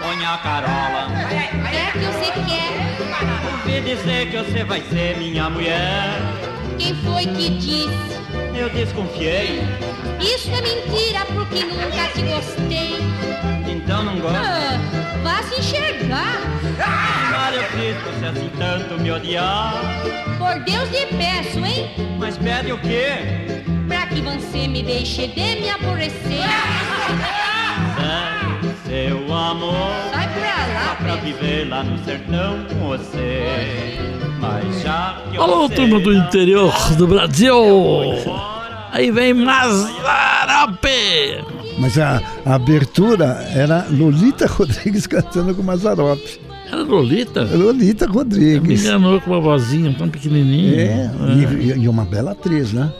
Põe a carola. É que você quer? Ouvi dizer que você vai ser minha mulher. Quem foi que disse? Eu desconfiei, Isso é mentira porque nunca te gostei. então não gosto. Ah, vá se enxergar. Olha, eu fiz você assim tanto me odiar. Por Deus lhe peço, hein? Mas pede o quê? Pra que você me deixe de me aborrecer. Sério, É seu amor. Sai pra Dá lá, pra Pedro. viver lá no sertão com você. Mas já que Alô, você turma do não interior do Brasil! foi embora, Aí vem Mazarape! Mas a, a abertura era Lolita Rodrigues cantando com Mazarop. Era Lolita? Lolita Me Rodrigues. enganou com uma vozinha tão pequenininha. É, e, e uma bela atriz, né?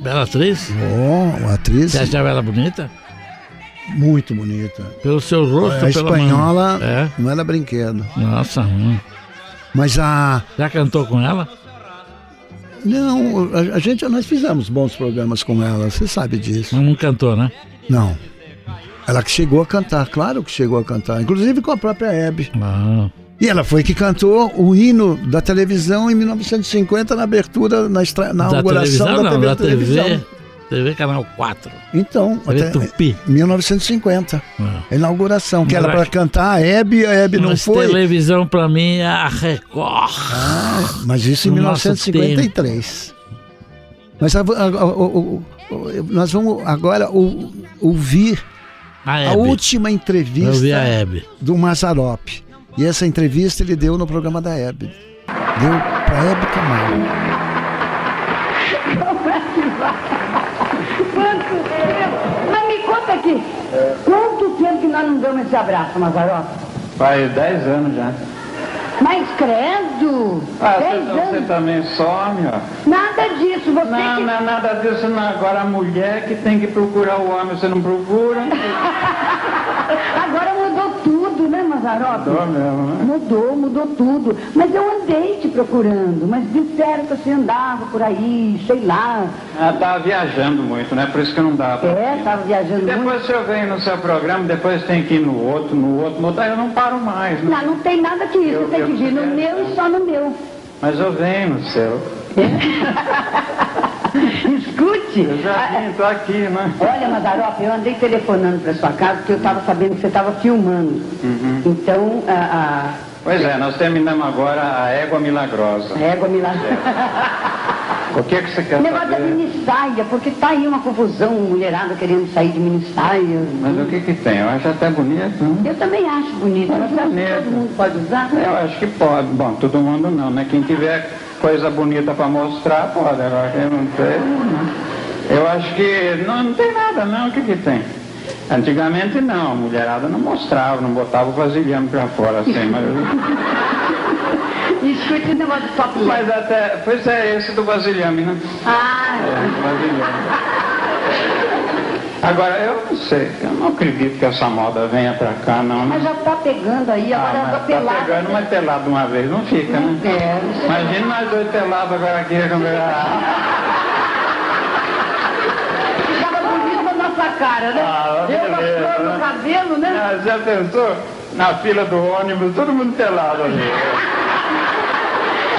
Bela atriz? Oh, uma atriz Você achava ela bonita? muito bonita. Pelo seu rosto, A pela mão. espanhola É. não era brinquedo. Nossa, hum. Mas a. já cantou com ela? Não, a, a gente, nós fizemos bons programas com ela, você sabe disso. Mas não cantou, né? Não. Ela que chegou a cantar, claro que chegou a cantar, inclusive com a própria Hebe. Não. E ela foi que cantou o hino da televisão em 1950 na abertura, na, estra- na da inauguração televisão, não, da TV, da TV, televisão. TV Canal 4. Então, TV até Tupi. 1950, Ah. a inauguração, que era Maraca. para cantar a Hebe, a Hebe não Mas foi. televisão pra mim é a Record. Mas isso em No nosso 1953. Mas a- a- a- o- o- o- nós vamos agora ou- ouvir A a Hebe. última Eu vi a entrevista Hebe. do Mazarop. E essa entrevista ele deu no programa da Hebe. Deu para Hebe Camargo. Mas me conta aqui, quanto tempo que nós não damos esse abraço, Mazarop? Faz 10 anos já. Mas credo, Ah, dez você, você anos. também some, ó. Nada disso, você Não, que... não é nada disso não. Agora a mulher que tem que procurar o homem, você não procura? Agora mudou tudo, né, Mazarop? Mudou mesmo, né? Mudou, mudou tudo. Mas eu andei te procurando, mas disseram que você andava por aí, sei lá. Ah, tava viajando muito, né? Por isso que não dá pra É, ir. tava viajando muito. Depois se eu venho no seu programa, depois tem que ir no outro, no outro, no outro, aí eu não paro mais, né? Não, não tem nada que isso, Eu- tem eu- que vir no meu e só no meu. Mas eu venho no seu. Escute, Eu já vim, tô aqui, né? Olha, Mazarope, eu andei telefonando para sua casa porque eu estava sabendo que você estava filmando. Então, a, Uhum. Pois é, nós terminamos agora a égua milagrosa. É. a égua me lá. O que que você quer Negócio da saber? minissaia, porque tá aí uma confusão, mulherada querendo sair de minissaia. Mas o que que tem? Eu acho até bonito, né? Eu também acho bonito, mas será que Bonito. todo mundo pode usar? Eu acho que pode. Bom, todo mundo não, né? Quem tiver coisa bonita para mostrar, pode. Agora quem não tem, né? Eu acho que não, não tem nada, não. O que que tem? Antigamente não, a mulherada não mostrava, não botava o vasilhame pra fora assim, mas, Escute o negócio do top Mas... mas até. Pois é, esse do vasilhame, né? É, Ah, vasilhame. Agora, eu não sei, eu não acredito que essa moda venha pra cá, não. mas né? já tá pegando aí, agora mas tá tá pelada. pegando, mas pelado uma vez não fica, né? É, você- Imagina nós dois pelados agora aqui né, a câmera. ficava bonito na nossa cara, né? Ah, eu beleza, mostrando o né? cabelo, né? Ah, Já pensou? Na fila do ônibus, todo mundo pelado ali.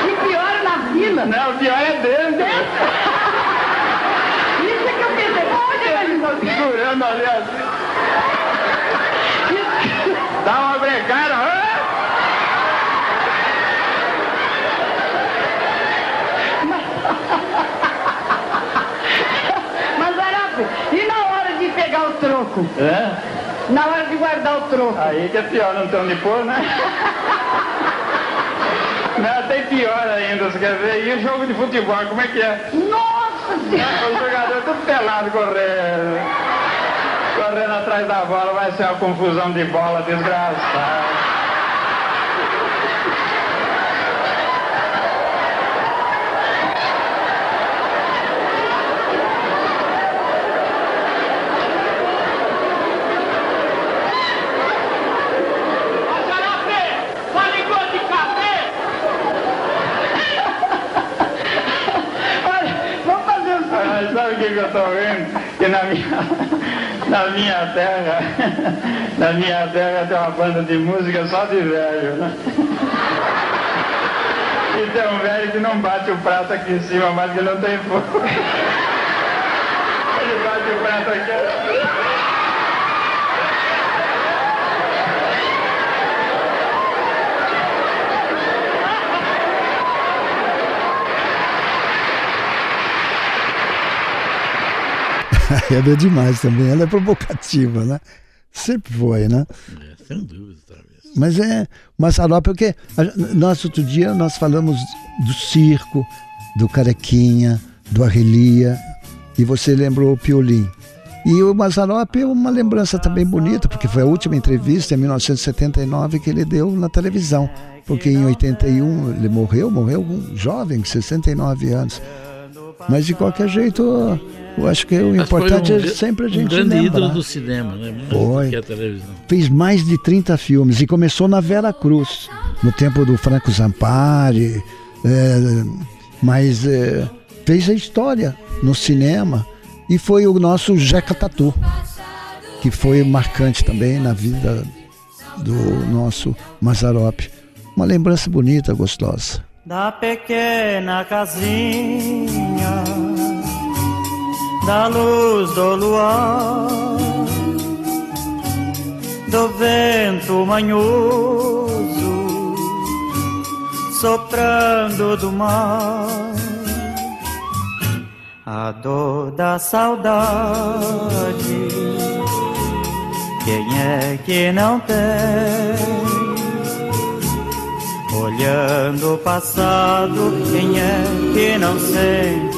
E pior na vila. Não, o pior é dentro. Isso é que eu pensei. Olha, Ele tá segurando ali assim. Dá uma brecada. ah! troco. É? Na hora de guardar o troco. Aí que é pior, não tem onde pôr, né? Não, tem pior ainda, você quer ver? E o jogo de futebol, como é que é? Nossa Senhora! O jogador é tudo pelado correndo. Correndo atrás da bola, vai ser uma confusão de bola desgraçada. Vamos fazer um o Mas Ah, sabe o que, que eu estou vendo? Que na minha, na minha terra, na minha terra tem uma banda de música só de velho, né? E tem um velho que não bate o prato aqui em cima, mas que não tem fogo. Ele bate o prato aqui. Ela é demais também, ela é provocativa, né? Sempre foi, né? É, Sem dúvida, talvez. Mas é uma sarop porque a- nós outro dia nós falamos do circo, do carequinha, do arrelia e você lembrou o Piolim. E o Mazarop é uma lembrança também bonita, porque foi a última entrevista em 1979 que ele deu na televisão. Porque em 81 ele morreu, morreu um jovem, 69 anos. Mas de qualquer jeito, eu acho que o Mas foi importante um é gran- sempre a Um gente grande ídolo lembrar. do cinema, né? Mais Foi. do que a televisão. Fez mais de 30 filmes e começou na Vera Cruz, no tempo do Franco Zampari. é, mas é, fez a história no cinema e foi o nosso Jeca Tatu, que foi marcante também na vida do nosso Mazarop. Uma lembrança bonita, gostosa. da pequena casinha, da luz do luar, do vento manhoso, soprando do mar, a dor da saudade. Quem é que não tem? Olhando o passado, quem é que não sente